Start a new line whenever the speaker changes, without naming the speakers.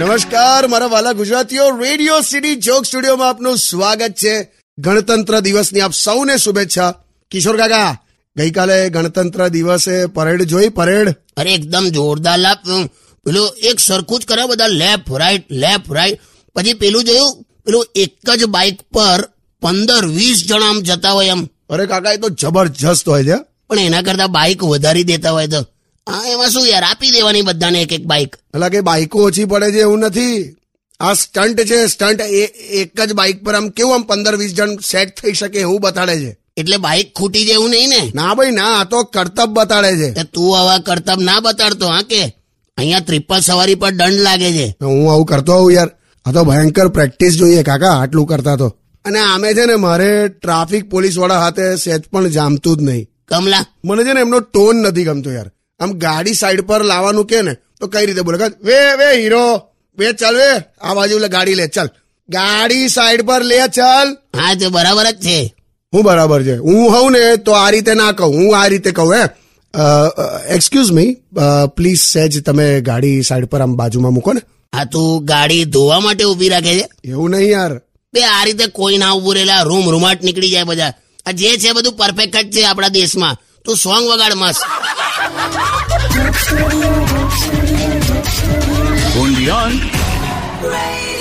નમસ્કાર મારા વાલા ગુજરાતીઓ રેડિયો સિટી જોક સ્ટુડિયોમાં આપનું સ્વાગત છે ગણતંત્ર દિવસની આપ સૌને શુભેચ્છા કિશોર કાકા ગઈકાલે ગણતંત્ર દિવસે પરેડ જોઈ પરેડ
અરે એકદમ જોરદાર લાપ પેલો એક સરખું જ કરે બધા લેફ્ટ રાઈટ લેફ્ટ રાઈટ પછી પેલું જોયું પેલું એક જ બાઇક પર પંદર વીસ જણા આમ જતા હોય એમ
અરે કાકા એ તો જબરજસ્ત હોય છે
પણ એના કરતા બાઇક વધારી દેતા હોય તો હા એમાં શું યાર આપી દેવાની બધાને એક એક બાઇક
એટલે કે બાઇકો ઓછી પડે છે એવું નથી આ સ્ટન્ટ છે સ્ટન્ટ એ એક જ બાઇક પર આમ કેવું આમ પંદર વીસ જણ સેટ થઈ શકે એવું બતાડે છે
એટલે બાઇક ખૂટી જેવું નહીં ને
ના ભાઈ ના આ તો કર્તબ બતાડે છે
તે તું આવા કરતબ ના બતાડતો હા કે અહીંયા ત્રિપલ સવારી પર દંડ લાગે છે
હું આવું કરતો આવું યાર આ તો ભયંકર પ્રેક્ટિસ જોઈએ કાકા આટલું કરતા તો અને આમે છે ને મારે ટ્રાફિક પોલીસ વાળા હાથે સેજ પણ જામતું જ નહીં
કમલા
મને છે ને એમનો ટોન નથી ગમતો યાર આમ ગાડી સાઈડ પર લાવવાનું કે ને તો કઈ રીતે બોલે કાં, વે વે હીરો વે ચાલ વે આ બાજુ લે ગાડી લે ચાલ ગાડી સાઈડ પર લે ચાલ
હા તે બરાબર જ છે
હું બરાબર છે હું હોઉં ને તો આ રીતે ના કહું હું આ રીતે કહું હે એક્સક્યુઝ મી પ્લીઝ સેજ તમે ગાડી સાઈડ પર આમ બાજુમાં મૂકો ને
આ તું ગાડી ધોવા માટે ઊભી રાખે છે
એવું નહીં યાર
બે આ રીતે કોઈ ના ઉભું રહેલા રૂમ રૂમાટ નીકળી જાય બધા આ જે છે બધું પરફેક્ટ જ છે આપણા દેશમાં તું સોંગ વગાડ મસ્ત
Undian.
Radio